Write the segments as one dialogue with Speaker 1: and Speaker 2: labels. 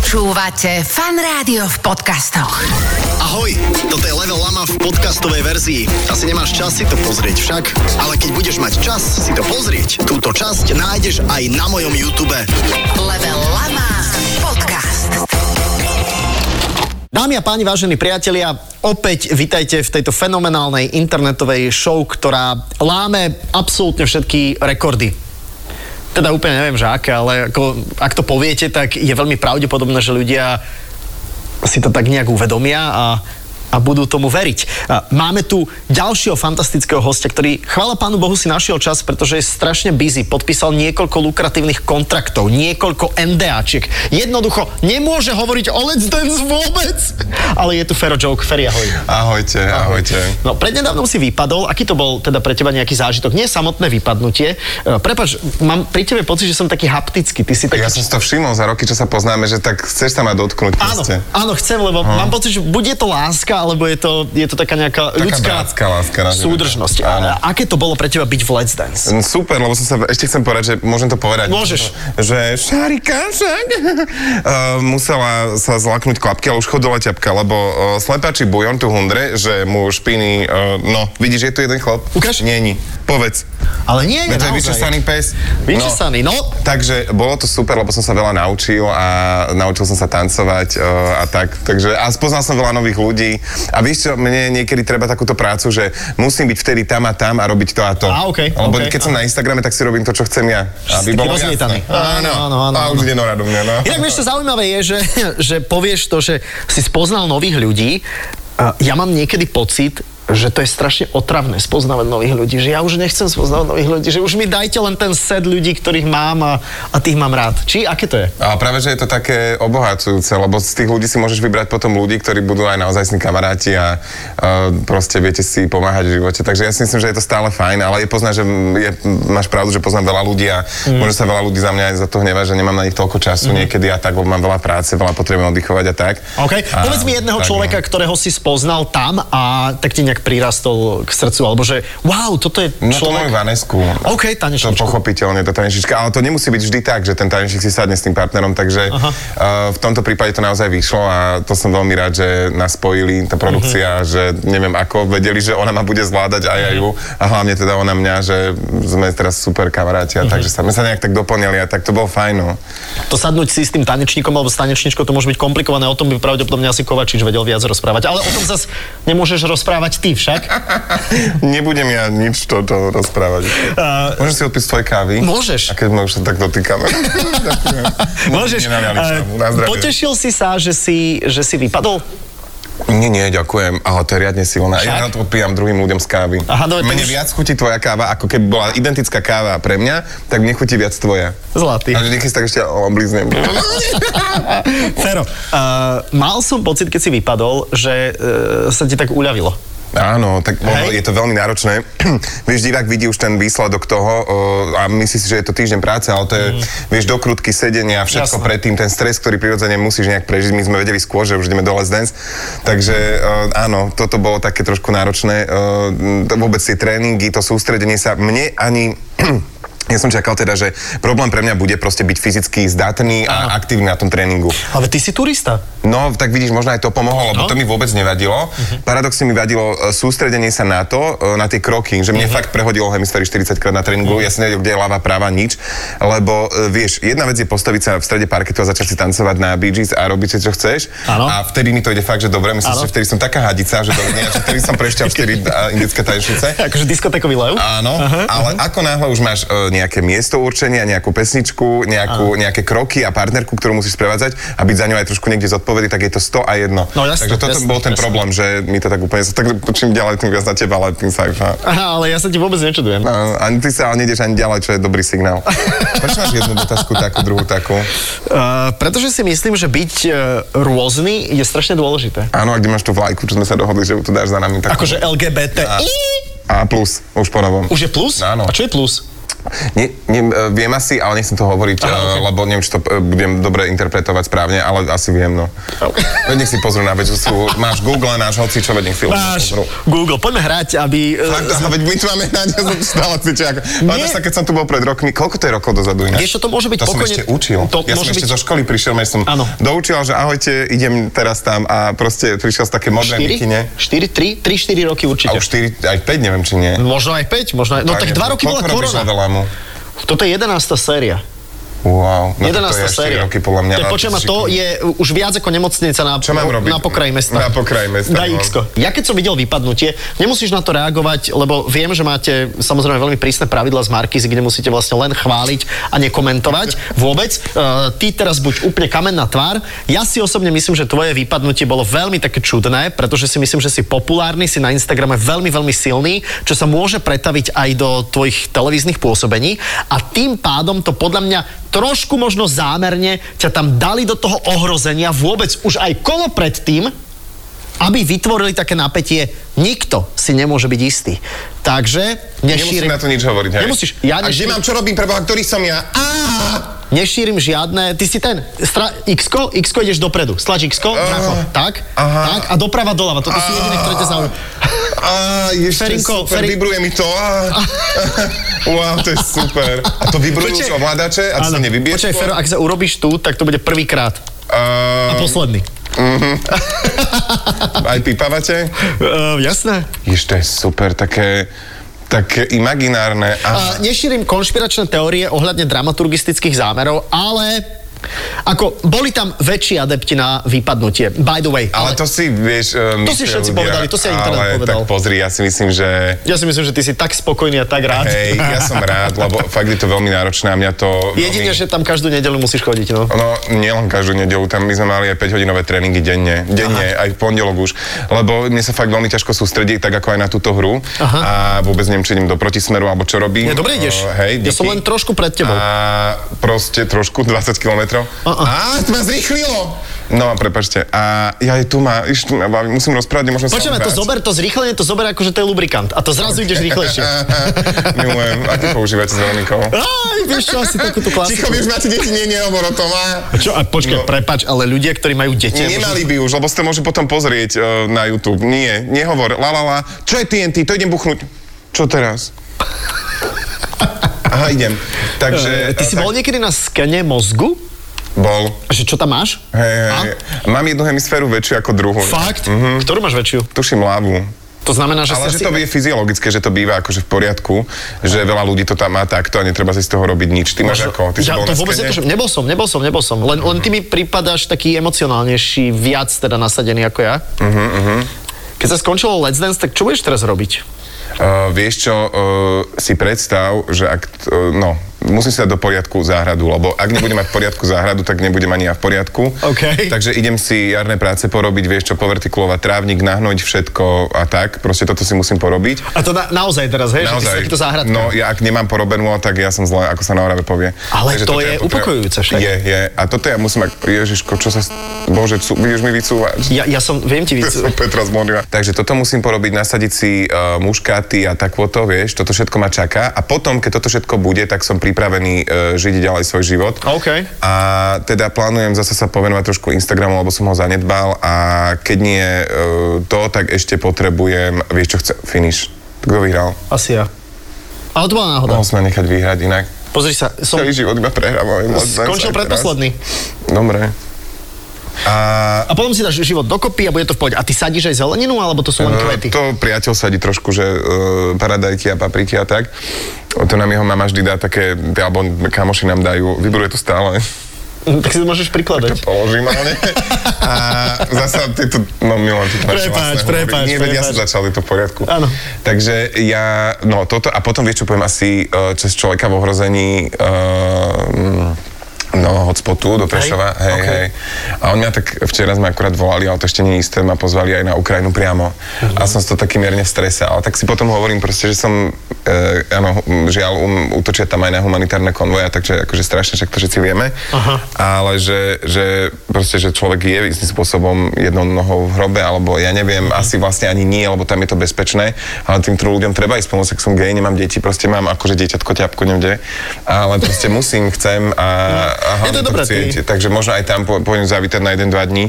Speaker 1: Počúvate Fan Rádio v podcastoch.
Speaker 2: Ahoj, toto je Level Lama v podcastovej verzii. Asi nemáš čas si to pozrieť však, ale keď budeš mať čas si to pozrieť, túto časť nájdeš aj na mojom YouTube.
Speaker 1: Level Lama Podcast.
Speaker 2: Dámy a páni, vážení priatelia, opäť vitajte v tejto fenomenálnej internetovej show, ktorá láme absolútne všetky rekordy. Teda úplne neviem, že aké, ale ako, ak to poviete, tak je veľmi pravdepodobné, že ľudia si to tak nejak uvedomia a, a budú tomu veriť. A Máme tu ďalšieho fantastického hostia, ktorý, chvála pánu Bohu, si našiel čas, pretože je strašne busy. Podpísal niekoľko lukratívnych kontraktov, niekoľko NDAčiek. Jednoducho, nemôže hovoriť o Let's Dance vôbec. Ale je tu Fero Joke. Feri, ahoj.
Speaker 3: Ahojte, ahojte.
Speaker 2: No, prednedávnom si vypadol. Aký to bol teda pre teba nejaký zážitok? Nie samotné vypadnutie. E, Prepač, mám pri tebe pocit, že som taký haptický. Ty si taký...
Speaker 3: Ja som si to všimol za roky, čo sa poznáme, že tak chceš sa ma dotknúť
Speaker 2: Áno,
Speaker 3: proste. Hm.
Speaker 2: áno, chcem, lebo mám pocit, že buď je to láska, alebo je to, je to taká nejaká ľudská
Speaker 3: bratská láska, nazvime to.
Speaker 2: súdržnosť.
Speaker 3: Áno.
Speaker 2: A aké to bolo pre teba byť v Let's Dance?
Speaker 3: Mm, Super, lebo som sa, ešte chcem povedať, že môžem to povedať.
Speaker 2: Môžeš.
Speaker 3: Že Šarika však uh, musela sa zlaknúť klapky, ale už chodila ťapka, lebo uh, slepači bujon tu hundre, že mu špiny, uh, no, vidíš, je tu jeden chlap.
Speaker 2: Ukáž?
Speaker 3: Nie, nie. Povedz.
Speaker 2: Ale nie, nie,
Speaker 3: Veď to je
Speaker 2: naozaj.
Speaker 3: vyčesaný pes.
Speaker 2: Vyčesaný, no.
Speaker 3: Takže bolo to super, lebo som sa veľa naučil a naučil som sa tancovať e, a tak. Takže a spoznal som veľa nových ľudí. A vieš čo, mne niekedy treba takúto prácu, že musím byť vtedy tam a tam a robiť to a to.
Speaker 2: Á, okej,
Speaker 3: Lebo
Speaker 2: okej,
Speaker 3: keď som na Instagrame, tak si robím to, čo chcem ja.
Speaker 2: si taký rozmietaný. Áno,
Speaker 3: jasné. Áno, áno,
Speaker 2: áno,
Speaker 3: áno. A
Speaker 2: áno.
Speaker 3: už ide Nora do mňa, no.
Speaker 2: Inak vieš, čo zaujímavé je, že, že povieš to, že si spoznal nových ľudí. A Ja mám niekedy pocit, že to je strašne otravné spoznávať nových ľudí, že ja už nechcem spoznávať nových ľudí, že už mi dajte len ten set ľudí, ktorých mám a, a tých mám rád. Či aké to je?
Speaker 3: A práve, že je to také obohacujúce, lebo z tých ľudí si môžeš vybrať potom ľudí, ktorí budú aj naozaj kamaráti a uh, proste viete si pomáhať v živote. Takže ja si myslím, že je to stále fajn, ale je poznať, že m- je, m- máš pravdu, že poznám veľa ľudí a mm. možno sa veľa ľudí za mňa aj za to hnevá, že nemám na nich toľko času mm. niekedy a tak, lebo mám veľa práce, veľa potrebujem oddychovať a tak.
Speaker 2: OK.
Speaker 3: A,
Speaker 2: Povedz mi jedného
Speaker 3: tak, no.
Speaker 2: človeka, ktorého si spoznal tam a tak ti nejak prirastol k srdcu, alebo že wow, toto je
Speaker 3: No to
Speaker 2: človek...
Speaker 3: mám Vanesku.
Speaker 2: OK,
Speaker 3: To
Speaker 2: tanečnička.
Speaker 3: pochopiteľne, tá tanečnička, ale to nemusí byť vždy tak, že ten tanečník si sadne s tým partnerom, takže uh, v tomto prípade to naozaj vyšlo a to som veľmi rád, že nás spojili, tá
Speaker 2: Mhm.
Speaker 3: produkcia, že neviem ako, vedeli, že ona ma bude zvládať aj aj ju a hlavne teda ona mňa, že sme teraz super kamaráti a
Speaker 2: Mhm.
Speaker 3: takže sa, my sa nejak tak doplnili a tak to bolo fajn. No.
Speaker 2: To sadnúť si s tým tanečníkom alebo s tanečničkou, to môže byť komplikované, o tom by pravdepodobne asi Kovačič vedel viac rozprávať, ale o tom zas nemôžeš rozprávať ty však.
Speaker 3: Nebudem ja nič toto rozprávať.
Speaker 2: Uh,
Speaker 3: Môžem si odpísť tvoj kávy?
Speaker 2: Môžeš.
Speaker 3: A keď ma už sa tak dotýkame.
Speaker 2: môžeš.
Speaker 3: Nenaliali
Speaker 2: Eh,
Speaker 3: šamu, no, na zdravie.
Speaker 2: potešil si sa, že si, že si vypadol?
Speaker 3: Nie, nie, ďakujem, ale to je riadne silné.
Speaker 2: Však?
Speaker 3: Ja rád odpijam druhým ľuďom z kávy.
Speaker 2: Aha, dobre, to už-
Speaker 3: Mne viac chutí tvoja káva, ako keby bola identická káva pre mňa, tak mne chutí viac tvoja.
Speaker 2: Zlatý.
Speaker 3: A že niekedy si tak ešte oblíznem.
Speaker 2: Fero, uh, mal som pocit, keď si vypadol, že uh, sa ti tak uľavilo.
Speaker 3: Áno, tak ono,
Speaker 2: Hej.
Speaker 3: je to veľmi náročné. vieš, divák vidí už ten výsledok toho o, a myslí si, že je to týždeň práce, ale to je, vieš, dokrutky sedenia a všetko
Speaker 2: Mm. Jasné.
Speaker 3: predtým, ten stres, ktorý prirodzene musíš nejak prežiť. My sme vedeli skôr, že už ideme do Let's Dance. Takže o, áno, toto bolo také trošku náročné. O, to vôbec tie tréningy, to sústredenie sa mne ani... Ja som čakal teda, že problém pre mňa bude proste byť fyzicky zdatný a aktívny na tom tréningu.
Speaker 2: Ale ty si turista.
Speaker 3: No, tak vidíš, možno aj to pomohlo,
Speaker 2: No.
Speaker 3: lebo
Speaker 2: Mhm.
Speaker 3: to mi vôbec nevadilo. Uh-huh. Paradoxne mi vadilo e, sústredenie sa na to, e, na tie kroky, že
Speaker 2: Mhm.
Speaker 3: mne uh-huh. fakt prehodilo hemisféry 40 krát na tréningu, uh-huh. ja som nevedel, kde je ľava, práva, nič, lebo e, vieš, jedna vec je postaviť sa v strede parketu a začať si tancovať na Bee Gees a robiť si, čo chceš.
Speaker 2: Áno.
Speaker 3: A vtedy mi to ide fakt, že dobre, myslím,
Speaker 2: Áno.
Speaker 3: si, že vtedy som taká hadica, že dobre, nie, že vtedy som prešťal 4 a, indické tanečnice.
Speaker 2: Akože diskotékový lev.
Speaker 3: Áno, ale ako náhle už máš e, nejaké miesto určenia, nejakú pesničku, nejakú, nejaké kroky a partnerku, ktorú musíš sprevádzať a byť za ňou aj trošku niekde zodpovedný, tak je to 100 a 1.
Speaker 2: No jasné,
Speaker 3: Takže toto
Speaker 2: jasné,
Speaker 3: bol ten
Speaker 2: jasné.
Speaker 3: problém, že mi to tak úplne... Tak čím ďalej, tým viac na teba, ale tým sa aj... fá-
Speaker 2: Aha, ale ja sa ti vôbec nečudujem.
Speaker 3: No, ani ty sa ale nejdeš ani ďalej, čo je dobrý signál. Prečo máš jednu otázku takú, druhú takú?
Speaker 2: Uh, pretože si myslím, že byť uh, rôzny je strašne dôležité.
Speaker 3: Áno, a kde máš tú vlajku, čo sme sa dohodli, že ju tu dáš za nami? Tak...
Speaker 2: Akože LGBT.
Speaker 3: A plus, už po novom.
Speaker 2: Už je plus?
Speaker 3: No, Áno.
Speaker 2: A čo je plus?
Speaker 3: Nie, nie, e, viem asi, ale nechcem to hovoriť, Aha, okay. lebo neviem, či to e, budem dobre interpretovať správne, ale asi viem, no. Veď nech si pozrú na vec, sú, máš Google, náš hoci, čo veď nech si
Speaker 2: Máš
Speaker 3: pozrú.
Speaker 2: Google, poďme hrať, aby... e,
Speaker 3: Fakt, aha, veď my tu máme nádej, som stále si čak. Pamätáš sa, keď som tu bol pred rokmi, koľko to je rokov dozadu ináč?
Speaker 2: Vieš čo, to môže byť
Speaker 3: to som
Speaker 2: pokojne-
Speaker 3: ešte učil.
Speaker 2: to
Speaker 3: ja som
Speaker 2: môže
Speaker 3: ešte
Speaker 2: byť-
Speaker 3: zo školy prišiel, ja som
Speaker 2: Áno.
Speaker 3: doučil, že ahojte, idem teraz tam a proste prišiel z také modré
Speaker 2: 4,
Speaker 3: mikine.
Speaker 2: 4, 3, 3, 4 roky
Speaker 3: A
Speaker 2: určite.
Speaker 3: už 4, aj 5, neviem, či nie.
Speaker 2: Možno aj 5, možno aj... No tak 2 roky bola korona.
Speaker 3: Veľamu?
Speaker 2: Toto je 11. séria.
Speaker 3: Wow, no
Speaker 2: 11.
Speaker 3: tak to je až 4
Speaker 2: séria.
Speaker 3: roky podľa mňa.
Speaker 2: To je, počujem, a to je už viac ako nemocnica na,
Speaker 3: Čo mám robiť?
Speaker 2: na pokraji mesta.
Speaker 3: Na pokraji mesta,
Speaker 2: Daj
Speaker 3: no.
Speaker 2: x Ja keď som videl vypadnutie, nemusíš na to reagovať, lebo viem, že máte samozrejme veľmi prísne pravidla z Markizy, kde musíte vlastne len chváliť a nekomentovať vôbec. Uh, ty teraz buď úplne kamenná tvár. Ja si osobne myslím, že tvoje vypadnutie bolo veľmi také čudné, pretože si myslím, že si populárny, si na Instagrame veľmi, veľmi silný, čo sa môže pretaviť aj do tvojich televíznych pôsobení a tým pádom to podľa mňa trošku možno zámerne ťa tam dali do toho ohrozenia vôbec už aj kolo predtým, aby vytvorili také napätie, nikto si nemôže byť istý. Takže
Speaker 3: Nemusím
Speaker 2: nešírim,
Speaker 3: na to nič hovoriť, hej?
Speaker 2: Nemusíš. Ja
Speaker 3: a kde
Speaker 2: nešírim,
Speaker 3: mám, čo robím, preboha, ktorý som ja? Á!
Speaker 2: Ah! nešírim žiadne... Ty si ten... Stra, x x ideš dopredu. Stlač x dracho. Tak?
Speaker 3: Ah. aha. Ah.
Speaker 2: Tak? A doprava doľava. Toto sú jediné, ktoré ťa zaujímajú.
Speaker 3: Á, ešte
Speaker 2: Ferinko,
Speaker 3: super,
Speaker 2: Ferin-
Speaker 3: vibruje mi to. Á. wow, to je super. A to vybrujú už
Speaker 2: Počkaj.
Speaker 3: ovládače a ty sa nevybiješ?
Speaker 2: Počkaj, Fero, ak sa urobíš tu, tak to bude prvýkrát. A
Speaker 3: Á,
Speaker 2: posledný.
Speaker 3: aj pípavate?
Speaker 2: Uh, jasné.
Speaker 3: Jež, to je super, také, také imaginárne.
Speaker 2: A nešírim konšpiračné teórie ohľadne dramaturgistických zámerov, ale ako boli tam väčší adepti na vypadnutie. By the way.
Speaker 3: Ale, ale to si, vieš... e,
Speaker 2: To si všetci povedali, to si teda aj internet
Speaker 3: ale,
Speaker 2: povedal.
Speaker 3: tak pozri, ja si myslím, že...
Speaker 2: Ja si myslím, že ty si tak spokojný a tak rád.
Speaker 3: Hej, ja som rád, lebo fakt je to veľmi náročné a mňa to...
Speaker 2: Jedine,
Speaker 3: veľmi...
Speaker 2: že tam každú nedelu musíš chodiť, no.
Speaker 3: No, nielen každú nedelu, tam my sme mali aj 5-hodinové tréningy denne, denne, aj v pondelok už, lebo mne sa fakt veľmi ťažko sústrediť, tak ako aj na túto hru
Speaker 2: Aha.
Speaker 3: a vôbec neviem, či idem do protismeru, alebo čo robím.
Speaker 2: Ja, dobre ideš.
Speaker 3: O, hej,
Speaker 2: ja som
Speaker 3: díky.
Speaker 2: len trošku pred tebou.
Speaker 3: A proste trošku, 20 kilometrov.
Speaker 2: A-a.
Speaker 3: A, to ma zrýchlilo! No a prepačte, a ja je tu ma, iš, tu ma baví, musím rozprávať, nemôžem
Speaker 2: Počúvaj, to
Speaker 3: sa odbrať.
Speaker 2: zober, to zrýchlenie, to zober ako, že to je lubrikant. A to zrazu ideš rýchlejšie.
Speaker 3: Milujem, aký používate s Veronikou?
Speaker 2: Aj, vieš čo, asi takú tú klasiku.
Speaker 3: Ticho, vy už máte deti, nie, nehovor o tom, á.
Speaker 2: Čo, a počkaj,
Speaker 3: No.
Speaker 2: prepač, ale ľudia, ktorí majú deti...
Speaker 3: Nie, nemali by už, lebo si to môže potom pozrieť e, na YouTube. Nie, nehovor. La, la, la. Čo je TNT? To idem buchnúť. Čo teraz? Aha, idem. Takže...
Speaker 2: E, Ty
Speaker 3: e,
Speaker 2: si
Speaker 3: tak-
Speaker 2: bol niekedy na skene mozgu?
Speaker 3: Bol.
Speaker 2: Že čo tam máš?
Speaker 3: Hej,
Speaker 2: A?
Speaker 3: hej. Mám jednu hemisféru väčšiu ako druhú.
Speaker 2: Fakt? Ktorú máš väčšiu?
Speaker 3: Tuším lávu.
Speaker 2: To znamená, že
Speaker 3: Ale
Speaker 2: si
Speaker 3: že to je fyziologické, že to býva akože v poriadku, že veľa ľudí to tam má takto a netreba si z toho robiť nič. Ty máš ako? Ty si
Speaker 2: ja
Speaker 3: bol
Speaker 2: to
Speaker 3: na
Speaker 2: vôbec akože-
Speaker 3: skene?
Speaker 2: netuším. Nebol som, nebol som, nebol som. Len, len ty mi pripadáš taký emocionálnejší, viac teda nasadený ako ja.
Speaker 3: Mhm,
Speaker 2: Uh-huh, uh-huh. Keď sa skončilo Let's Dance, tak čo budeš teraz robiť?
Speaker 3: Uh, vieš čo, uh, si predstav, že ak, t- uh, no, musím si dať do poriadku záhradu, lebo ak nebudem mať v poriadku záhradu, tak nebudem ani ja v poriadku.
Speaker 2: OK.
Speaker 3: Takže idem si jarné práce porobiť, vieš čo, povertikulovať trávnik, nahnojiť všetko a tak, proste toto si musím porobiť.
Speaker 2: A to na, naozaj teraz, hej, že ty si takýto záhradkár.
Speaker 3: No, ja ak nemám porobenú, tak ja som zle, ako sa na Orave povie.
Speaker 2: Ale to
Speaker 3: toto
Speaker 2: je
Speaker 3: potre-
Speaker 2: upokojujúce však.
Speaker 3: Je, je. A toto ja musím, ak- Ježiško, čo sa... s- Bože, sú, vieš mi vycúvať.
Speaker 2: Ja, ja som, viem ti víc.
Speaker 3: Som Petra z Mondriana. Takže toto musím porobiť, nasadiť si uh, muškáty a takvoto, vieš, toto všetko ma čaká a potom, keď toto všetko bude, tak som pripravený uh, žiť ďalej svoj život.
Speaker 2: OK.
Speaker 3: A teda plánujem zase sa povenovať trošku Instagramu, lebo som ho zanedbal a keď nie uh, to, tak ešte potrebujem, vieš čo chce, finish. Kto vyhral?
Speaker 2: Asi ja. Ale to bola náhoda.
Speaker 3: Mohol som nechať vyhrať inak.
Speaker 2: Pozri sa, som
Speaker 3: No. Celý život iba prehrávam.
Speaker 2: No. skončil predposledný.
Speaker 3: Dobre. A
Speaker 2: A potom si dáš život dokopy a bude to v pohode. A ty sadíš aj zeleninu, alebo to sú len kvety?
Speaker 3: E, To priateľ sadí trošku, že uh, paradajky a papriky a tak. To nám jeho mama vždy dá také, alebo kamoši nám dajú, vybruje to stále.
Speaker 2: Tak si to môžeš prikladať.
Speaker 3: Položím, ale nie. A zasa tieto, no milujem tieto
Speaker 2: Prepáč,
Speaker 3: naše vlastné humory.
Speaker 2: prepáč,
Speaker 3: Nie, veď ja
Speaker 2: prepáč.
Speaker 3: som začal, je to v poriadku.
Speaker 2: Áno.
Speaker 3: Takže ja, no toto, a potom vieš, čo poviem asi, e, čas človeka v ohrození, uh, no, hotspotu do Prešova, hej,
Speaker 2: ok.
Speaker 3: hej. A on mňa tak, včera sme akurát volali, ale to ešte nie je isté, ma pozvali aj na Ukrajinu priamo. A som z toho taký mierne v strese. Ale tak si potom hovorím proste, že som, e, áno, m, žiaľ, um, útočia tam aj na humanitárne konvoje, takže akože strašne, však to všetci vieme.
Speaker 2: Aha.
Speaker 3: Ale že, že proste, že človek je istým spôsobom jednou nohou v hrobe, alebo ja neviem, asi vlastne ani nie, lebo tam je to bezpečné, ale týmto ľuďom treba ísť pomôcť, ak som gej, nemám deti, proste mám akože dieťatko, ťapko, neviem kde, ale proste musím, chcem a, a
Speaker 2: Je to
Speaker 3: hlavne
Speaker 2: dobré,
Speaker 3: chcieť.
Speaker 2: ty-
Speaker 3: Takže možno aj tam po- pôjdem zavítať na jeden, dva dní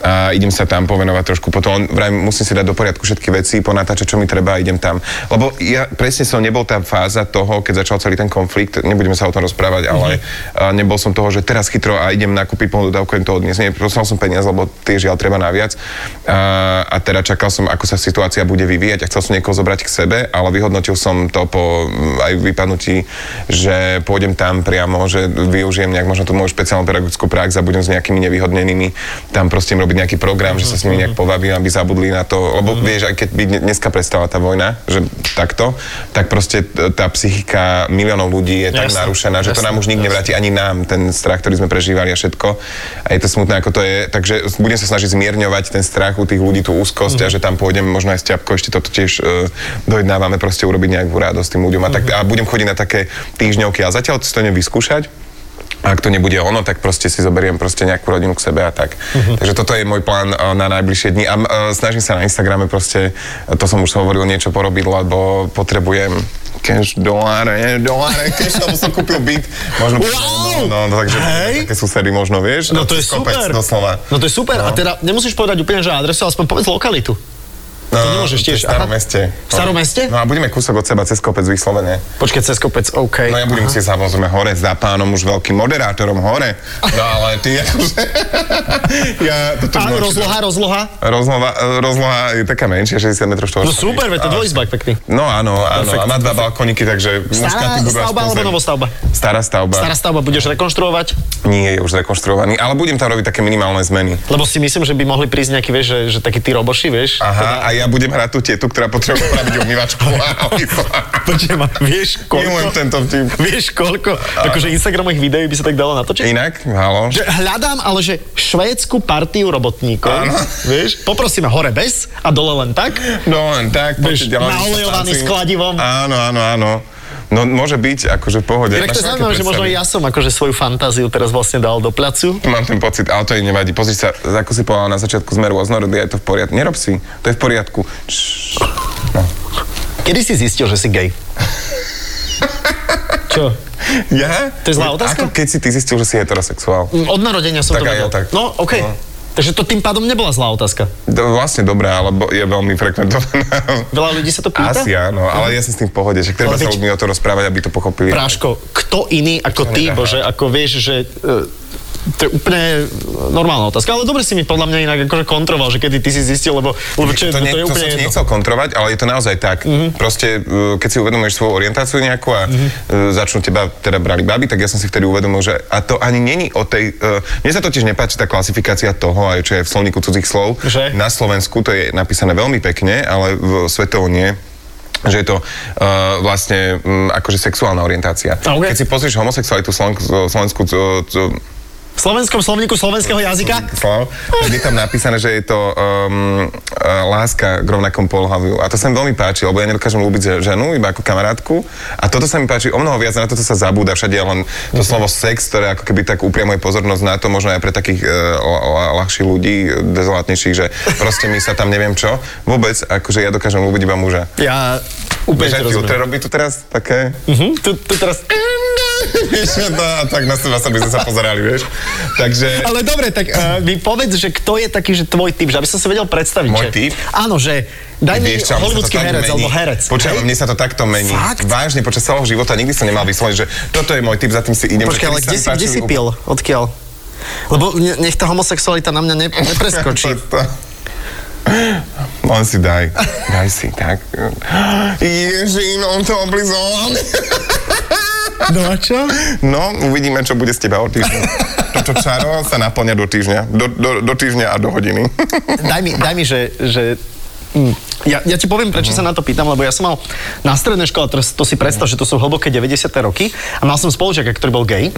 Speaker 3: a idem sa tam povenovať trošku. Potom len vraj musím si dať do poriadku všetky veci, ponatáčať, čo mi treba a idem tam. Lebo ja presne som nebol tá fáza toho, keď začal celý ten konflikt, nebudeme sa o tom rozprávať,
Speaker 2: Mhm.
Speaker 3: ale a nebol som toho, že teraz chytro a idem nakúpiť plnú dodávku, idem to odniesť. Nie, poslal som peniaze, lebo tie žiaľ treba naviac. A, a teda čakal som, ako sa situácia bude vyvíjať a chcel som niekoho zobrať k sebe, ale vyhodnotil som to po mm, aj vypadnutí, že pôjdem tam priamo, že využijem nejak možno tú moju špeciálnu pedagogickú prax a budem s nejakými nevyhodnenými tam proste im robiť nejaký program, že sa s nimi nejak
Speaker 2: Mhm.
Speaker 3: povabím, aby zabudli na to, lebo vieš, aj keď by dne- dneska prestala tá vojna, že takto, tak proste t- tá psychika miliónov ľudí je tak
Speaker 2: Jasné,
Speaker 3: narušená, že to
Speaker 2: jasné,
Speaker 3: nám už nikto
Speaker 2: jasné.
Speaker 3: nevráti ani nám, ten strach, ktorý sme prežívali a všetko. A je to smutné, ako to je. Takže budem sa snažiť zmierňovať ten strach u tých ľudí, tú úzkosť a že tam pôjdem možno aj s ťapkou, ešte toto tiež e, dojednávame, proste urobiť nejakú radosť tým ľuďom. A, tak, a budem chodiť na také týždňovky a zatiaľ si to nevyskúšať a ak to nebude ono, tak proste si zoberiem proste nejakú rodinu k sebe a tak.
Speaker 2: Mhm.
Speaker 3: Takže toto je môj plán e, na najbližšie dni a m, e, snažím sa na Instagrame proste, e, to som už hovoril, niečo porobiť, lebo potrebujem cash, doláre, doláre, cash, lebo som kúpil byt. Možno,
Speaker 2: Wow!
Speaker 3: no, no, takže
Speaker 2: Hej!
Speaker 3: také susedy možno, vieš?
Speaker 2: No to je
Speaker 3: kopec,
Speaker 2: super.
Speaker 3: Doslova.
Speaker 2: No to je super. A teda nemusíš povedať úplne, že adresu, ale aspoň povedz lokalitu.
Speaker 3: No,
Speaker 2: nemôžeš tiež,
Speaker 3: V starom
Speaker 2: aha.
Speaker 3: meste.
Speaker 2: V starom meste?
Speaker 3: No a budeme kúsok od seba cez kopec vyslovene.
Speaker 2: Počkaj, cez kopec, OK.
Speaker 3: No ja budem si samozrejme hore za pánom už veľkým moderátorom hore. No ale ty akože... ja, toto už
Speaker 2: Áno,
Speaker 3: mám-
Speaker 2: rozloha, rozloha.
Speaker 3: Rozloha, rozloha je taká menšia, 60 m štvorcových.
Speaker 2: No super, veď to
Speaker 3: A-
Speaker 2: dvojizbák pekný.
Speaker 3: No áno, áno.
Speaker 2: Perfekt,
Speaker 3: A má dva balkoniky, takže... mužka, ty
Speaker 2: Stará
Speaker 3: budú
Speaker 2: stavba
Speaker 3: aspoň
Speaker 2: alebo
Speaker 3: zem.
Speaker 2: novostavba?
Speaker 3: Stará stavba.
Speaker 2: Stará stavba budeš rekonštruovať,
Speaker 3: Nie, je už rekonštruovaný, ale budem tam robiť také minimálne zmeny.
Speaker 2: lebo si myslím, že by mohli prísť nejaký, vieš, že, že takí tí roboši, vieš.
Speaker 3: Aha, a ja budem hrať tú tietu, ktorá potrebuje upraviť umývačku.
Speaker 2: Počujem, a vieš
Speaker 3: Milujem
Speaker 2: koľko?
Speaker 3: tento vtip.
Speaker 2: Vieš koľko? Akože Instagramových videí by sa tak dalo natočiť?
Speaker 3: Inak, halo.
Speaker 2: Že hľadám, ale že švédsku partiu robotníkov,
Speaker 3: Áno.
Speaker 2: vieš, poprosíme hore bez a dole len tak.
Speaker 3: No len tak,
Speaker 2: Vieš,
Speaker 3: pokiaľ ďalej
Speaker 2: naolejovaný
Speaker 3: sa tanci.
Speaker 2: s kladivom.
Speaker 3: Áno, áno, áno. No môže byť, akože v pohode.
Speaker 2: Inak to je
Speaker 3: Máš také
Speaker 2: zaujímavé, že možno aj
Speaker 3: predstavy.
Speaker 2: ja som akože svoju fantáziu teraz vlastne dal do placu.
Speaker 3: Mám ten pocit, ale to jej nevadí. Pozri sa, ako si povedala na začiatku, sme rôznorodí, a je to v poriadku. Nerob si, to je v poriadku. Šš. No.
Speaker 2: Kedy si zistil, že si gej? Čo?
Speaker 3: Ja?
Speaker 2: To je zlá otázka?
Speaker 3: Ako keď si ty zistil, že si heterosexuál?
Speaker 2: Mm, Od narodenia som
Speaker 3: Tak
Speaker 2: to
Speaker 3: aj ja
Speaker 2: vedel.
Speaker 3: tak.
Speaker 2: No, OK.
Speaker 3: No.
Speaker 2: Takže to tým pádom nebola zlá otázka.
Speaker 3: To je vlastne dobré, alebo je veľmi frekventovaná.
Speaker 2: Veľa ľudí sa to pýta?
Speaker 3: Asi áno, ale ja som s tým v pohode, že
Speaker 2: Ale
Speaker 3: treba sa
Speaker 2: veď-
Speaker 3: ľuďmi o to rozprávať, aby to pochopili.
Speaker 2: Práško, kto iný ako ty,
Speaker 3: Aha.
Speaker 2: bože, ako vieš, že e, to je úplne normálna otázka, ale dobre si mi podľa mňa inak akože kontroval, že kedy ty si zistil, lebo, lebo čo, je-
Speaker 3: to, nie,
Speaker 2: to je
Speaker 3: to
Speaker 2: úplne
Speaker 3: som ti
Speaker 2: jedno. Mhm.
Speaker 3: nechcel kontrovať, ale je to naozaj tak. Proste, e, keď si uvedomuješ svoju orientáciu nejakú a e, začnú teba teda brali baby, tak ja som si vtedy uvedomil, že a to ani není o tej... e, Mne sa totiž nepáči tá klasifikácia toho, aj čo je v slovníku cudzích slov.
Speaker 2: Že?
Speaker 3: Na Slovensku to je napísané veľmi pekne, ale v svetovo nie že je to uh, vlastne um, akože sexuálna
Speaker 2: A,
Speaker 3: orientáciu.
Speaker 2: ok.
Speaker 3: Keď si pozrieš homosexualitu v Slovenku, Slovensku, e, co- co-
Speaker 2: V slovenskom slovníku slovenského jazyka?
Speaker 3: Slav, tak je tam napísané, že je to um, uh, láska k rovnakom polhaviu. A to sa mi veľmi páči, lebo ja nedokážem ľúbiť že- ženu, iba ako kamarátku. A toto sa mi páči o mnoho viac, na toto sa zabúda. Všade je len
Speaker 2: Mhm.
Speaker 3: to slovo sex, ktoré ako keby tak upriamuje pozornosť na to, možno aj pre takých uh, ľahších ľudí, eh, dezolátnejších, že proste my sa tam neviem čo. Vôbec, akože ja dokážem ľúbiť iba muža.
Speaker 2: Ja úplne to
Speaker 3: Vieš, aj filtre
Speaker 2: rozumiem.
Speaker 3: robí tu teraz také?
Speaker 2: Mhm, tu, tu teraz...
Speaker 3: Vieš, no, a tak na seba sa by sme sa pozerali, vieš. Takže...
Speaker 2: Ale dobre, tak
Speaker 3: eh,
Speaker 2: uh, mi povedz, že kto je taký, že tvoj typ, že aby som si vedel predstaviť. že...
Speaker 3: Môj typ?
Speaker 2: Áno, že daj mi
Speaker 3: Vieš čo, mne sa to
Speaker 2: hollywoodský
Speaker 3: tak
Speaker 2: herec
Speaker 3: mení.
Speaker 2: alebo herec.
Speaker 3: Počkaj,
Speaker 2: Hej?
Speaker 3: mne sa to takto mení.
Speaker 2: Fakt?
Speaker 3: Vážne, počas celého života nikdy som nemal vysloviť, že toto je môj typ, za tým si idem.
Speaker 2: Počkaj,
Speaker 3: že kedy
Speaker 2: ale kde
Speaker 3: sa mi
Speaker 2: si, kde
Speaker 3: páčili
Speaker 2: si
Speaker 3: úplne-
Speaker 2: pil? Odkiaľ? Lebo ne- nech tá homosexualita na mňa ne, nepreskočí.
Speaker 3: To- to- Len si daj. Daj si, tak. Ježi, on to oblizoval.
Speaker 2: No a čo?
Speaker 3: No, uvidíme, čo bude z teba o týždeň. Toto čaro sa naplňa do týždňa. Do, do, do týždňa a do hodiny.
Speaker 2: Daj mi, daj mi že, že mm, ja, ja ti poviem,
Speaker 3: Mhm.
Speaker 2: prečo sa na to pýtam, lebo ja som mal na
Speaker 3: Mhm.
Speaker 2: strednej škole, teraz to si predstav, že to sú hlboké 90. roky a mal som spolužiaka, ktorý bol gay.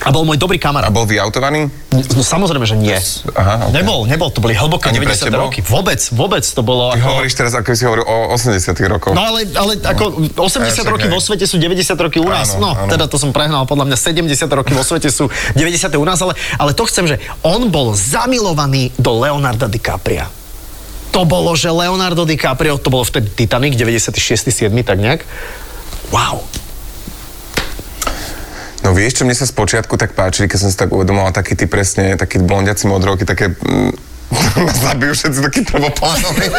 Speaker 2: A bol môj dobrý
Speaker 3: A
Speaker 2: kamarát.
Speaker 3: bol vyautovaný?
Speaker 2: No, samozrejme, že nie.
Speaker 3: Aha, ok.
Speaker 2: Nebol, nebol, to boli hlboké
Speaker 3: Ani pre
Speaker 2: 90.
Speaker 3: tebou?
Speaker 2: roky. Vôbec, vôbec to bolo...
Speaker 3: Ty hovoríš teraz, ako si hovoril o 80 rokoch.
Speaker 2: No ale, ale ako 80
Speaker 3: Ja, však
Speaker 2: roky
Speaker 3: hej.
Speaker 2: vo svete sú 90 roky u nás.
Speaker 3: Áno,
Speaker 2: no,
Speaker 3: áno.
Speaker 2: teda to som prehnal, podľa mňa 70 roky vo svete sú 90 u nás, ale, ale to chcem, že on bol zamilovaný do Leonarda DiCapria. To bolo, že Leonardo DiCaprio, to bolo vtedy Titanic, 96. 7. tak nejak. Wow.
Speaker 3: No vieš, čo mne sa spočiatku tak páčili, keď som si tak uvedomoval, taký ty presne, taký blondiaci modrovky, také... Mm, zabijú všetci taký prvoplánové.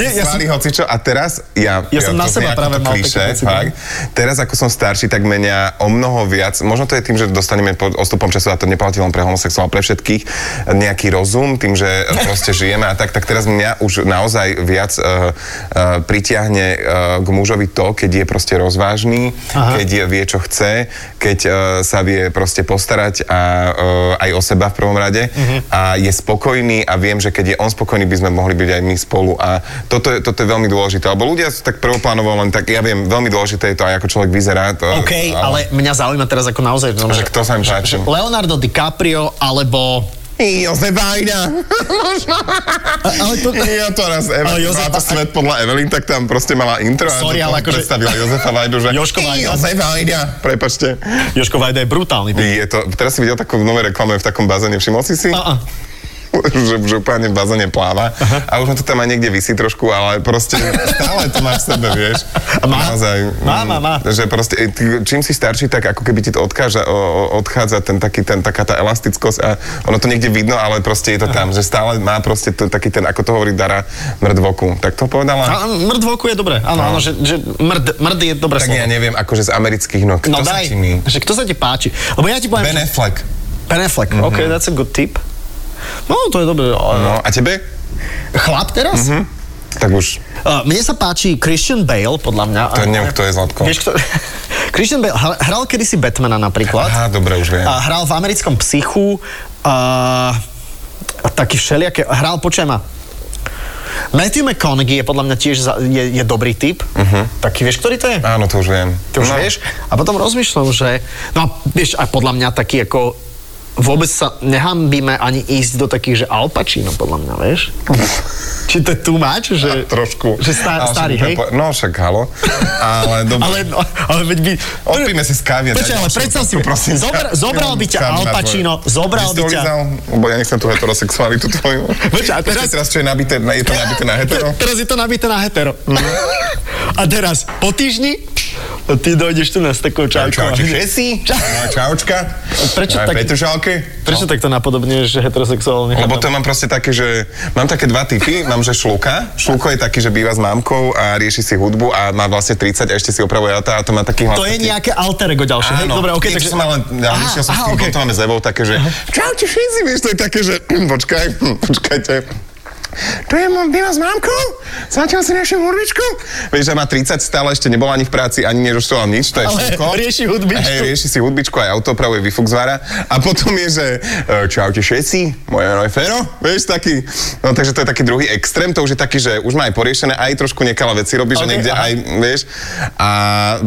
Speaker 2: Nie, ja som-
Speaker 3: hocičo. A teraz ja...
Speaker 2: Ja som na
Speaker 3: to znie
Speaker 2: seba
Speaker 3: ako
Speaker 2: práve
Speaker 3: to
Speaker 2: mal
Speaker 3: klišé,
Speaker 2: také pocity.
Speaker 3: fakt. Teraz, ako som starší, tak menia o mnoho viac. Možno to je tým, že dostaneme pod ostupom času, a to neplatí len pre homosexuál, pre všetkých, nejaký rozum, tým, že proste žijeme a tak, tak teraz mňa už naozaj viac uh, uh, pritiahne uh, k mužovi to, keď je proste rozvážny,
Speaker 2: Aha.
Speaker 3: keď je, vie, čo chce, keď uh, sa vie proste postarať a uh, aj o seba v prvom rade
Speaker 2: Mhm.
Speaker 3: a je spokojný a viem, že keď je on spokojný, by sme mohli byť aj my spolu a toto je, toto je veľmi dôležité, lebo ľudia sú tak prvoplánovo len tak, ja viem, veľmi dôležité je to aj ako človek vyzerá. To,
Speaker 2: OK, ale mňa zaujíma teraz ako naozaj... no,
Speaker 3: Že kto sa im páči.
Speaker 2: Leonardo DiCaprio alebo...
Speaker 3: Jozef Vajda.
Speaker 2: Ale to...
Speaker 3: Ja to raz, Eva,
Speaker 2: Ale Jozef-
Speaker 3: Jozef, to svet podľa Evelyn, tak tam proste mala intro
Speaker 2: Sorry,
Speaker 3: a
Speaker 2: ale
Speaker 3: potom
Speaker 2: akože-
Speaker 3: predstavila Jozefa Vajdu, že
Speaker 2: Jožko Vajda.
Speaker 3: Jozef Vajda. Prepačte.
Speaker 2: Jožko Vajda je brutálny. typ.
Speaker 3: Je to, teraz si videl takú novú reklamu v takom bazéne, všimol si si?
Speaker 2: A-a.
Speaker 3: že, že úplne v bazéne pláva a už on to tam aj niekde vysí trošku, ale proste stále to máš v sebe, vieš.
Speaker 2: A má?
Speaker 3: Naozaj, mm,
Speaker 2: Má, má, má.
Speaker 3: Že proste, e, ty, čím si starší, tak ako keby ti to odkáža, o, o, odchádza ten, taký, ten, taká tá elastickosť a ono to niekde vidno, ale proste je to tam, že stále má proste to, taký ten, ako to hovorí Dara, mrdvoku. Tak to
Speaker 2: A
Speaker 3: povedala?
Speaker 2: mrd v oku je dobré, áno, áno, že, že mrd, mrd je dobré
Speaker 3: tak
Speaker 2: slovo.
Speaker 3: ja neviem, akože z amerických, no kto
Speaker 2: No
Speaker 3: sa
Speaker 2: daj,
Speaker 3: ti mi?
Speaker 2: že kto sa ti páči? Lebo ja ti poviem...
Speaker 3: Ben
Speaker 2: že-
Speaker 3: Affleck.
Speaker 2: ben Affleck. Mm-hmm. OK, that's a good tip. No, to je dobré.
Speaker 3: No, a tebe?
Speaker 2: Chlap teraz? Mm-hmm.
Speaker 3: Tak už,
Speaker 2: Uh, mne sa páči Christian Bale, podľa mňa.
Speaker 3: to neviem, kto je Zlatko.
Speaker 2: Vieš, kto... Christian Bale hra- hral kedysi Batmana napríklad.
Speaker 3: Aha, dobre, už viem.
Speaker 2: A hral v americkom psychu. A, a taký všelijaké... Hral, počujem ma. Matthew McConaughey je podľa mňa tiež za, je, je dobrý typ. Uh-huh. Taký, vieš, ktorý to je?
Speaker 3: Áno, to už viem.
Speaker 2: Ty už
Speaker 3: Mhm. no.
Speaker 2: vieš? A potom rozmýšľam, že... No a vieš, a podľa mňa taký ako... Vôbec sa nehambíme ani ísť do takých, že Al Pacino, podľa mňa, vieš? Či to je too much? Že,
Speaker 3: trošku.
Speaker 2: Že stá,
Speaker 3: Ale však
Speaker 2: starý, hej?
Speaker 3: prepo- No však, halo. Ale dobre.
Speaker 2: Ale, no, ale veď by...
Speaker 3: Odpíme si z kávy. a
Speaker 2: Počkaj,
Speaker 3: daj
Speaker 2: ale
Speaker 3: ďalšiu
Speaker 2: predstav si,
Speaker 3: otázku, prosím ťa.
Speaker 2: zobra- zobral by ťa
Speaker 3: Kávy
Speaker 2: Al
Speaker 3: na
Speaker 2: Pacino,
Speaker 3: dvoje.
Speaker 2: zobral
Speaker 3: By si
Speaker 2: by
Speaker 3: to
Speaker 2: ťa-
Speaker 3: Lizal, lebo ja nechcem tú heterosexualitu tvoju.
Speaker 2: Počkaj, a teraz-
Speaker 3: Počkaj, teraz čo je nabité, na- je to nabité na hetero?
Speaker 2: Te- Teraz je to nabité na hetero. A teraz, po týždni, No, ty dojdeš tu na s takou čajkou. a-
Speaker 3: Čau, čau, všetci? No, Čaučka.
Speaker 2: Prečo
Speaker 3: Aj
Speaker 2: tak-
Speaker 3: Petržalke.
Speaker 2: Prečo takto napodobňuješ heterosexuálne?
Speaker 3: Lebo to mám proste také, že mám také dva typy. Mám, že šluka. Šluko je taký, že býva s mamkou a rieši si hudbu a má vlastne 30 a ešte si opravuje auta a to má taký hlas.
Speaker 2: To je
Speaker 3: taký-
Speaker 2: nejaké alter ego ďalšie, hej? Dobre, okej,
Speaker 3: tým,
Speaker 2: takže...
Speaker 3: Som ale, ja
Speaker 2: Aha,
Speaker 3: išiel som
Speaker 2: aha,
Speaker 3: s tým
Speaker 2: okej.
Speaker 3: okay. s Evou, také, že čaute všetci, vieš, to je také, že počkaj, počkajte. To je môj býva s mamkou, zatiaľ si riešim hurbičku. Vieš, že má 30 stále, ešte nebola ani v práci, ani neroštoval nič, to je
Speaker 2: Ale
Speaker 3: všetko.
Speaker 2: rieši hudbičku.
Speaker 3: Hej, rieši si hudbičku, aj auto opravuje, výfuk zvára. A potom je, že e, čaute všetci, moje meno je Fero, vieš, taký. No takže to je taký druhý extrém, to už je taký, že už má aj poriešené, aj trošku nekala veci robí, že
Speaker 2: Ok,
Speaker 3: niekde
Speaker 2: aha.
Speaker 3: aj vieš, a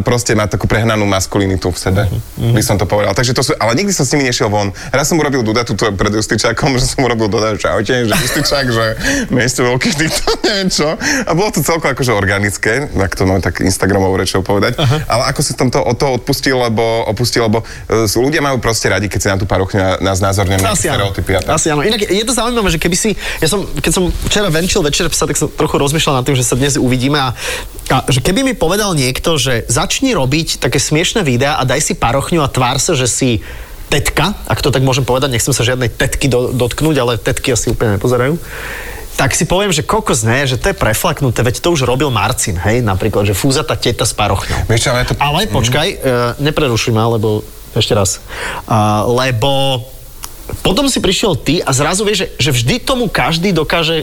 Speaker 3: proste má takú prehnanú maskulinitu v sebe,
Speaker 2: Mhm,
Speaker 3: by som to povedal. Takže to sú, ale nikdy som s nimi nešiel von. Raz som urobil Duda tuto pred Justičákom, že som urobil Duda, že čaute, že Justičák, že mesto veľkých týchto, neviem čo. A bolo to celko akože organické, tak to mám tak Instagramovou rečou povedať. Ale ako si tam to od toho odpustil, lebo opustil, lebo e, sú- ľudia majú proste radi, keď si na tú parochňu na- nás názorne
Speaker 2: Asi áno.
Speaker 3: stereotypy. a tak.
Speaker 2: Asi áno. Inak je to zaujímavé, že keby si, ja som, keď som včera venčil večer psa, tak som trochu rozmýšľal nad tým, že sa dnes uvidíme a, a že keby mi povedal niekto, že začni robiť také smiešne videá a daj si parochňu a tvár sa, že si tetka, ak to tak môžem povedať, nechcem sa žiadnej tetky do, dotknúť, ale tetky asi úplne nepozerajú, tak si poviem, že kokos ne, že to je preflaknuté, veď to už robil Marcin, hej, napríklad, že fúza tá teta s parochňou.
Speaker 3: Vieš, čo, ale ja to...
Speaker 2: Ale počkaj, e, neprerušuj ma, lebo ešte raz. A, lebo potom si prišiel ty a zrazu vieš, že, že vždy tomu každý dokáže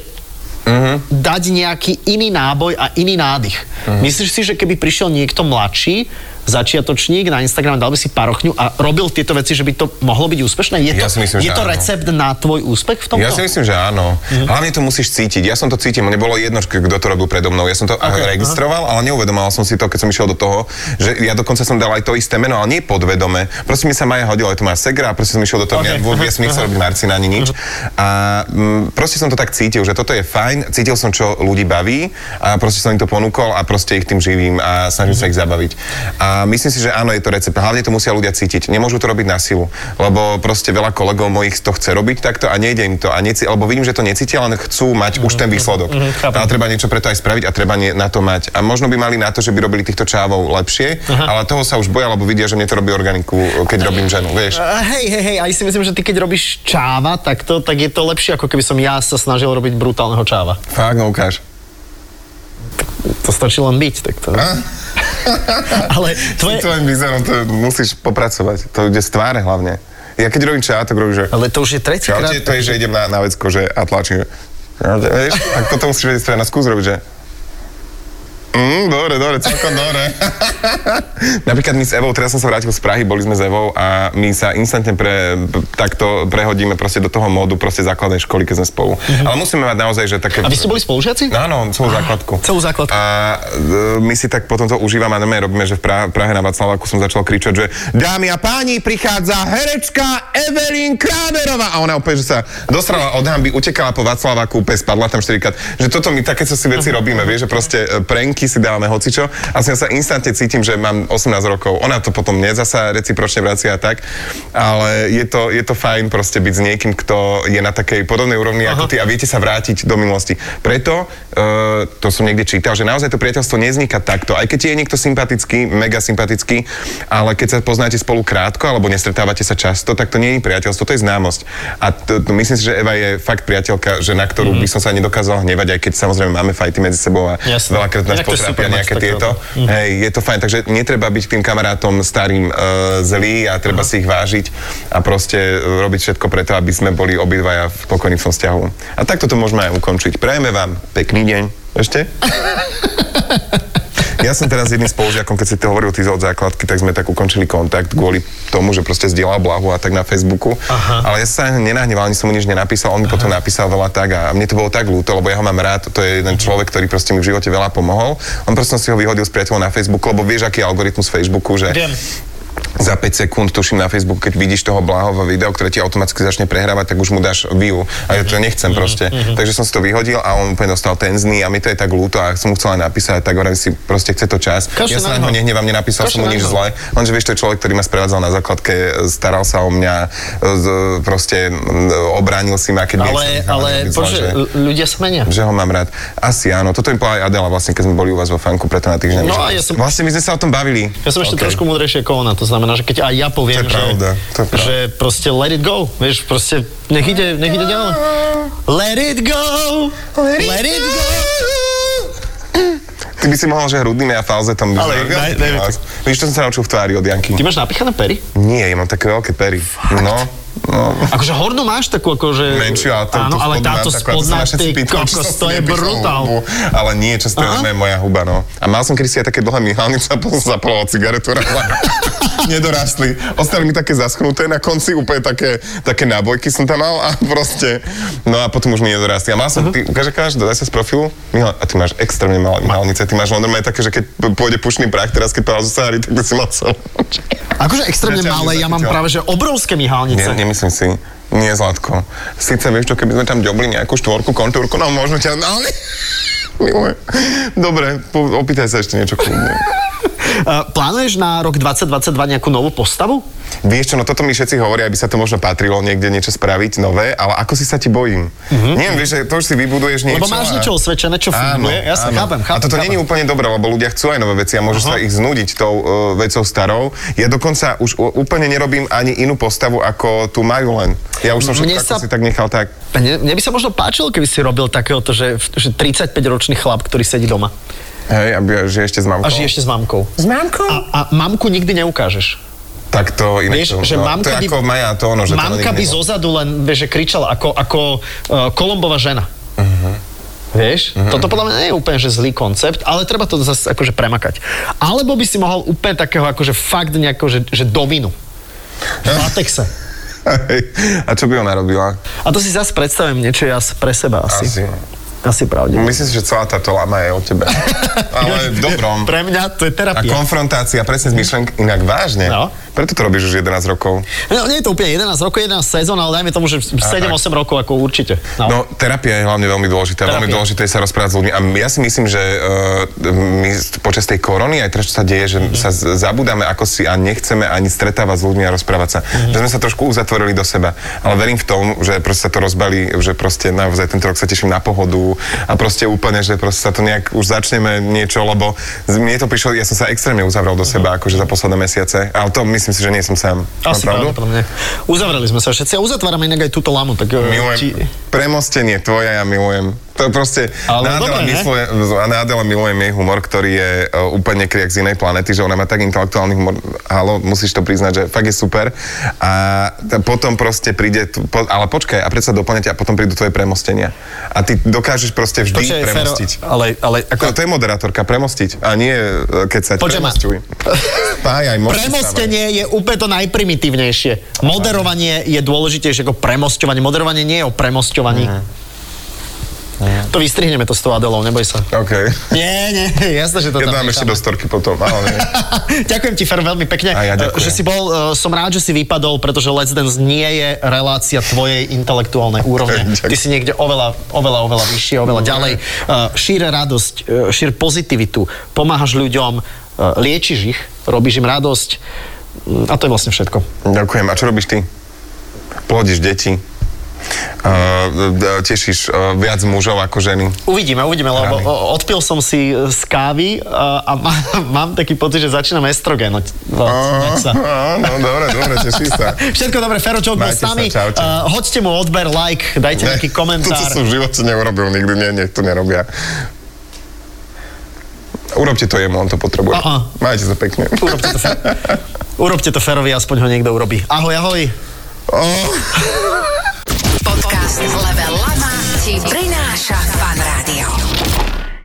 Speaker 3: Mhm.
Speaker 2: dať nejaký iný náboj a iný nádych. Myslíš si, že keby prišiel niekto mladší, začiatočník na Instagram, dal by si parochňu a robil tieto veci, že by to mohlo byť úspešné? Je to,
Speaker 3: Ja si myslím,
Speaker 2: je
Speaker 3: že
Speaker 2: to
Speaker 3: áno.
Speaker 2: recept na tvoj úspech v tomto?
Speaker 3: Ja si myslím, že áno. Mm-hmm. Hlavne to musíš cítiť. Ja som to cítil, mne bolo jedno, k- kto to robil predo mnou. Ja som to okay, registroval, ale neuvedomal som si to, keď som išiel do toho, že ja dokonca som dal aj to isté meno, ale nie podvedome. Proste mi sa Maja hodila, je to moja segra, a proste som išiel do toho,
Speaker 2: Okay,
Speaker 3: okay. ja vôbec som nechcel robiť Marcina ani nič. A mm, proste som to tak cítil, že toto je fajn, cítil som, čo ľudí baví a proste som im to ponúkol a proste ich tým živím a snažím sa ich zabaviť. A myslím si, že áno, je to recept. Hlavne to musia ľudia cítiť. Nemôžu to robiť na silu, lebo proste veľa kolegov mojich to chce robiť takto a nejde im to. A neci, alebo vidím, že to necítia, len chcú mať už ten výsledok.
Speaker 2: mhm, chápem.
Speaker 3: Ale treba niečo preto aj spraviť a treba nie, na to mať. A možno by mali na to, že by robili týchto čávov lepšie,
Speaker 2: Mhm.
Speaker 3: ale toho sa už boja, lebo vidia, že mne to robí organiku, keď robím ženu, vieš.
Speaker 2: A E, Hej, hej, hej, aj si myslím, že ty keď robíš čáva takto, tak je to lepšie, ako keby som ja sa snažil robiť brutálneho čáva.
Speaker 3: Fakt, no ukáž.
Speaker 2: To stačí len byť, tak to... Ale
Speaker 3: Tvoje...
Speaker 2: tvoje...
Speaker 3: Tvojim výzorom to musíš popracovať. To ide z tváre hlavne. Ja keď robím čá, tak robím, že...
Speaker 2: Ale to už je tretíkrát.
Speaker 3: Čaute, to je, že idem na, na vecko, že a tlačím. že- Čaute, Vieš, a potom musíš vedieť stres na skús robiť, že... Mm, dobre, dobre, celkom dobre. Napríklad my s Evou, teraz som sa vrátil z Prahy, boli sme s Evou a my sa instantne pre, p- takto prehodíme proste do toho módu proste základnej školy, keď sme spolu. Ale musíme mať naozaj, že
Speaker 2: Mhm.
Speaker 3: také... No,
Speaker 2: A vy ste boli spolužiaci?
Speaker 3: Áno, celú základku.
Speaker 2: Celú základku.
Speaker 3: A e, my si tak potom to užívame a normálne robíme, že v Prahe, Prahe na Václaváku som začal kričať, že dámy a páni, prichádza herečka Evelyn Krámerová. A ona opäť, že sa dosrala od hamby, utekala po Václaváku, úplne spadla tam štyrikrát. Že toto my také sa si veci robíme, vieš, že proste e, pranky si dávame hocičo. A som ja sa instantne cítim, že mám 18 rokov. Ona to potom mne zasa recipročne vracia a tak. Ale je to, je to fajn proste byť s niekým, kto je na takej podobnej úrovni ako ty a viete sa vrátiť do minulosti. Preto, e, to som niekde čítal, že naozaj to priateľstvo nevzniká takto. Aj keď ti je niekto sympatický, mega sympatický, ale keď sa poznáte spolu krátko alebo nestretávate sa často, tak to nie je priateľstvo, to je známosť. A to, to, myslím si, že Eva je fakt priateľka, že na
Speaker 2: Mhm.
Speaker 3: ktorú by som sa nedokázal hnevať, aj keď samozrejme máme fajty medzi sebou a
Speaker 2: Jasné.
Speaker 3: veľakrát nás
Speaker 2: Inak to je super
Speaker 3: potrápia
Speaker 2: mať
Speaker 3: nejaké
Speaker 2: takého.
Speaker 3: tieto. Hej, je to fajn, takže netreba byť tým kamarátom starým e, zlý a treba si ich vážiť a proste e, robiť všetko preto, aby sme boli obidvaja v pokojnícom vzťahu. A takto to môžeme aj ukončiť. Prajeme vám pekný deň. Ešte? Ja som teraz s jedným spolužiakom, keď si to hovoril ty od základky, tak sme tak ukončili kontakt kvôli tomu, že proste zdieľal blahu a tak na Facebooku.
Speaker 2: Aha.
Speaker 3: Ale ja som sa nenahneval, ani som mu nič nenapísal, on mi potom napísal veľa tak a mne to bolo tak ľúto, lebo ja ho mám rád, to je jeden človek, ktorý proste mi v živote veľa pomohol. On proste si ho vyhodil s priateľom na Facebooku, lebo vieš, aký je algoritmus Facebooku, že
Speaker 2: Viem.
Speaker 3: za 5 sekúnd, tuším na Facebooku, keď vidíš toho bláhové video, ktoré ti automaticky začne prehrávať, tak už mu dáš view. A ja to
Speaker 2: Mhm,
Speaker 3: nechcem proste. Takže som si to vyhodil a on úplne dostal tenzný a mi to je tak ľúto a som mu chcel aj napísať, tak hovorím si, proste chce to čas.
Speaker 2: Kašli
Speaker 3: ja sa
Speaker 2: na neho.
Speaker 3: na neho nehnevám, nenapísal
Speaker 2: Kašli
Speaker 3: som mu
Speaker 2: na
Speaker 3: nič
Speaker 2: neho.
Speaker 3: zle, lenže vieš, to je človek, ktorý ma sprevádzal na základke, staral sa o mňa, z- proste m, obránil si ma, keď
Speaker 2: Ale,
Speaker 3: niečo-
Speaker 2: ale,
Speaker 3: niečo zle,
Speaker 2: bože,
Speaker 3: že-
Speaker 2: l- ľudia sa menia.
Speaker 3: že ho mám rád. Asi áno, toto im povedala aj Adela vlastne, keď sme boli u vás vo fanku, preto na týždeň.
Speaker 2: No a ja som-
Speaker 3: Vlastne my sme sa o tom bavili.
Speaker 2: Ja som ešte
Speaker 3: Ok.
Speaker 2: okay. trošku múdrejšie ako ona, to znamená, že keď aj ja poviem,
Speaker 3: To je pravda, to je
Speaker 2: že,
Speaker 3: pravda.
Speaker 2: že proste let it go, vieš, proste nech ide, nech ide ďalej. Let it go, let it go.
Speaker 3: Ty by si mohol, že hrudnými a falzetom.
Speaker 2: Ale daj- daj mi to.
Speaker 3: Víš, to som sa naučil v tvári od Janky.
Speaker 2: Ty máš napichané pery?
Speaker 3: Nie, ja mám také veľké pery. No, no.
Speaker 2: Akože hornú máš takú, akože...
Speaker 3: Menšiu, ale to,
Speaker 2: Áno,
Speaker 3: tú
Speaker 2: ale
Speaker 3: spodnú
Speaker 2: táto
Speaker 3: mám takú, a to sa
Speaker 2: spodná,
Speaker 3: ma všetci
Speaker 2: ty
Speaker 3: pýtajú, či
Speaker 2: kokos,
Speaker 3: som si
Speaker 2: to je
Speaker 3: nepichol
Speaker 2: brutál.
Speaker 3: Hubu, ale nie, čo to
Speaker 2: Aha.
Speaker 3: je moja huba, no. A mal som kedysi aj také dlhé myhalnice a potom som zapaloval cigaretu. ale Nedorastli. Ostali mi také zaschnuté, na konci úplne také, také nábojky som tam mal a proste, no a potom už mi nedorastli. A mal
Speaker 2: Mhm.
Speaker 3: som, ty ukáže každý, daj sa z profilu, Mihal, a ty máš extrémne malé myhalnice, ty máš len normálne také, že keď p- pôjde pušný prach teraz, keď povedal zo Sahary, tak by si mal celú.
Speaker 2: Akože extrémne
Speaker 3: Zatiaľ
Speaker 2: malé, ja mám
Speaker 3: nezachytil.
Speaker 2: práve, že obrovské myhalnice.
Speaker 3: Nie, nemyslím si. Nie, Zlatko. Sice vieš čo, keby sme tam ďobli nejakú štvorku, kontúrku, no možno ťa... No, ale... Milé. Dobre, po, opýtaj sa ešte niečo kľudne.
Speaker 2: Uh, plánuješ na rok 2022 nejakú novú postavu?
Speaker 3: Vieš čo, no toto mi všetci hovoria, aby sa to možno patrilo niekde niečo spraviť nové, ale ako si sa ti bojím. Mm-hmm. Neviem, vieš, že to už si vybuduješ niečo.
Speaker 2: Mhm. Lebo máš niečo osvedčené, čo funguje. Ja sa chápem, chápem.
Speaker 3: A toto
Speaker 2: chápem.
Speaker 3: není úplne dobré, lebo ľudia chcú aj nové veci a môžeš sa ich znudiť tou uh, vecou starou. Ja dokonca už u- úplne nerobím ani inú postavu, ako tu majú len. Ja už som všetko
Speaker 2: Mne sa-
Speaker 3: sa... si tak nechal tak.
Speaker 2: Mne, mne by sa možno páčilo, keby si robil takéhoto, že, že 35-ročný chlap, ktorý sedí doma
Speaker 3: Hej, aby že ešte s mamkou.
Speaker 2: a žije ešte s mamkou.
Speaker 3: s mamkou?
Speaker 2: A, a mamku nikdy neukážeš.
Speaker 3: Tak to inak.
Speaker 2: Vieš,
Speaker 3: to,
Speaker 2: že
Speaker 3: no,
Speaker 2: mamka
Speaker 3: to je
Speaker 2: by-
Speaker 3: ako Maja, to ono, že to
Speaker 2: Mamka
Speaker 3: nikdy
Speaker 2: by
Speaker 3: nebolo. Mhm.
Speaker 2: zozadu len, vieš, že kričala ako, ako uh, Kolombova žena. e, Vieš? Mm-hmm. Toto podľa mňa nie je úplne že zlý koncept, ale treba to zase akože premakať. Alebo by si mohol úplne takého akože fakt nejako, že, že dominu. V latexe.
Speaker 3: A čo by ona robila?
Speaker 2: A to si zase predstavujem niečo ja s- pre seba asi.
Speaker 3: Asi.
Speaker 2: Asi pravde.
Speaker 3: Myslím si, že celá táto lama je o tebe. Ale v dobrom.
Speaker 2: Pre mňa to je
Speaker 3: A
Speaker 2: terapia.
Speaker 3: konfrontácia presne s myšlenk inak vážne.
Speaker 2: No.
Speaker 3: Preto to robíš už 11 rokov.
Speaker 2: No, nie je to úplne 11 rokov, 11 sezón, ale dajme tomu, že 7-8 rokov ako určite. No.
Speaker 3: No, terapia je hlavne veľmi dôležitá. Terapia. Veľmi
Speaker 2: Terapia.
Speaker 3: dôležité je sa rozprávať s ľuďmi. A ja si myslím, že uh, my s- počas tej korony, aj teraz, čo sa deje, že sa z- zabudáme ako si a nechceme ani stretávať s ľuďmi a rozprávať sa. Že sme sa trošku uzatvorili do seba. Ale verím v tom, že proste sa to rozbalí, že proste naozaj tento rok sa teším na pohodu a proste úplne, že proste sa to nejak už začneme niečo, lebo z- mne to prišlo, ja som sa extrémne uzavrel do seba, akože za posledné mesiace. Ale to myslím si, že nie som sám. Mám
Speaker 2: Asi pravdepodobne. Uzavreli sme sa všetci a uzatvárame inak aj túto lamu. Tak, e,
Speaker 3: Milujem
Speaker 2: či-
Speaker 3: premostenie tvoje, ja milujem. To je proste,
Speaker 2: Ale dobre,
Speaker 3: Nádela,
Speaker 2: ne?
Speaker 3: mysluje, a Nádela milujem jej humor, ktorý je uh, úplne kriak z inej planety, že ona má tak intelektuálny humor, halo, musíš to priznať, že fakt je super. A t- potom proste príde, t- po, ale počkaj, a predsa doplňate a potom prídu tvoje premostenia. A ty dokážeš proste vždy
Speaker 2: Počkaj, Fero,
Speaker 3: premostiť.
Speaker 2: ale, ale ako...
Speaker 3: No, to je moderátorka, premostiť. A nie, e, keď sa
Speaker 2: Počujem ma.
Speaker 3: premostuj. Spájaj, môžeš
Speaker 2: Premostenie je úplne to najprimitívnejšie. Moderovanie je dôležitejšie ako premostovanie. Moderovanie nie je o premostovaní. To vystrihneme to s tou Adelou, neboj sa.
Speaker 3: OK.
Speaker 2: Nie, nie, jasné, že to
Speaker 3: Ja
Speaker 2: tam
Speaker 3: dám ešte
Speaker 2: necháme.
Speaker 3: do storky potom, ale nie.
Speaker 2: ďakujem ti, Fer, veľmi pekne,
Speaker 3: A ja ďakujem.
Speaker 2: že si bol, eh, som rád, že si vypadol, pretože Let's Dance nie je relácia tvojej intelektuálnej úrovne.
Speaker 3: Ďakujem. Mm.
Speaker 2: Ty si niekde oveľa, oveľa, oveľa vyššie, oveľa ďalej. Eh, Šír radosť, eh, šír pozitivitu, pomáhaš ľuďom, eh, liečiš ich, robíš im radosť Mm, a to je vlastne všetko.
Speaker 3: Ďakujem. A čo robíš ty? Plodíš deti? Uh, tešíš uh, viac mužov ako ženy?
Speaker 2: Uvidíme, uvidíme, lebo
Speaker 3: Rany.
Speaker 2: o- odpil som si e, z kávy e, a má, mám taký pocit, že začínam No, estrogen.
Speaker 3: Á, á, no dobre, dobre, teší sa.
Speaker 2: Všetko dobre, Fero, čo bol
Speaker 3: Majte
Speaker 2: s nami.
Speaker 3: sa, čaute.
Speaker 2: E, hoďte mu odber, like, dajte nejaký
Speaker 3: Toto
Speaker 2: komentár.
Speaker 3: som v živote neurobil nikdy, nie, nie, to nerobia. Urobte to jemu, on to potrebuje.
Speaker 2: Aha.
Speaker 3: Majte sa pekne.
Speaker 2: Urobte to, Fer- Urobte to Ferovi, aspoň ho niekto urobí. Ahoj, ahoj.
Speaker 3: Oh.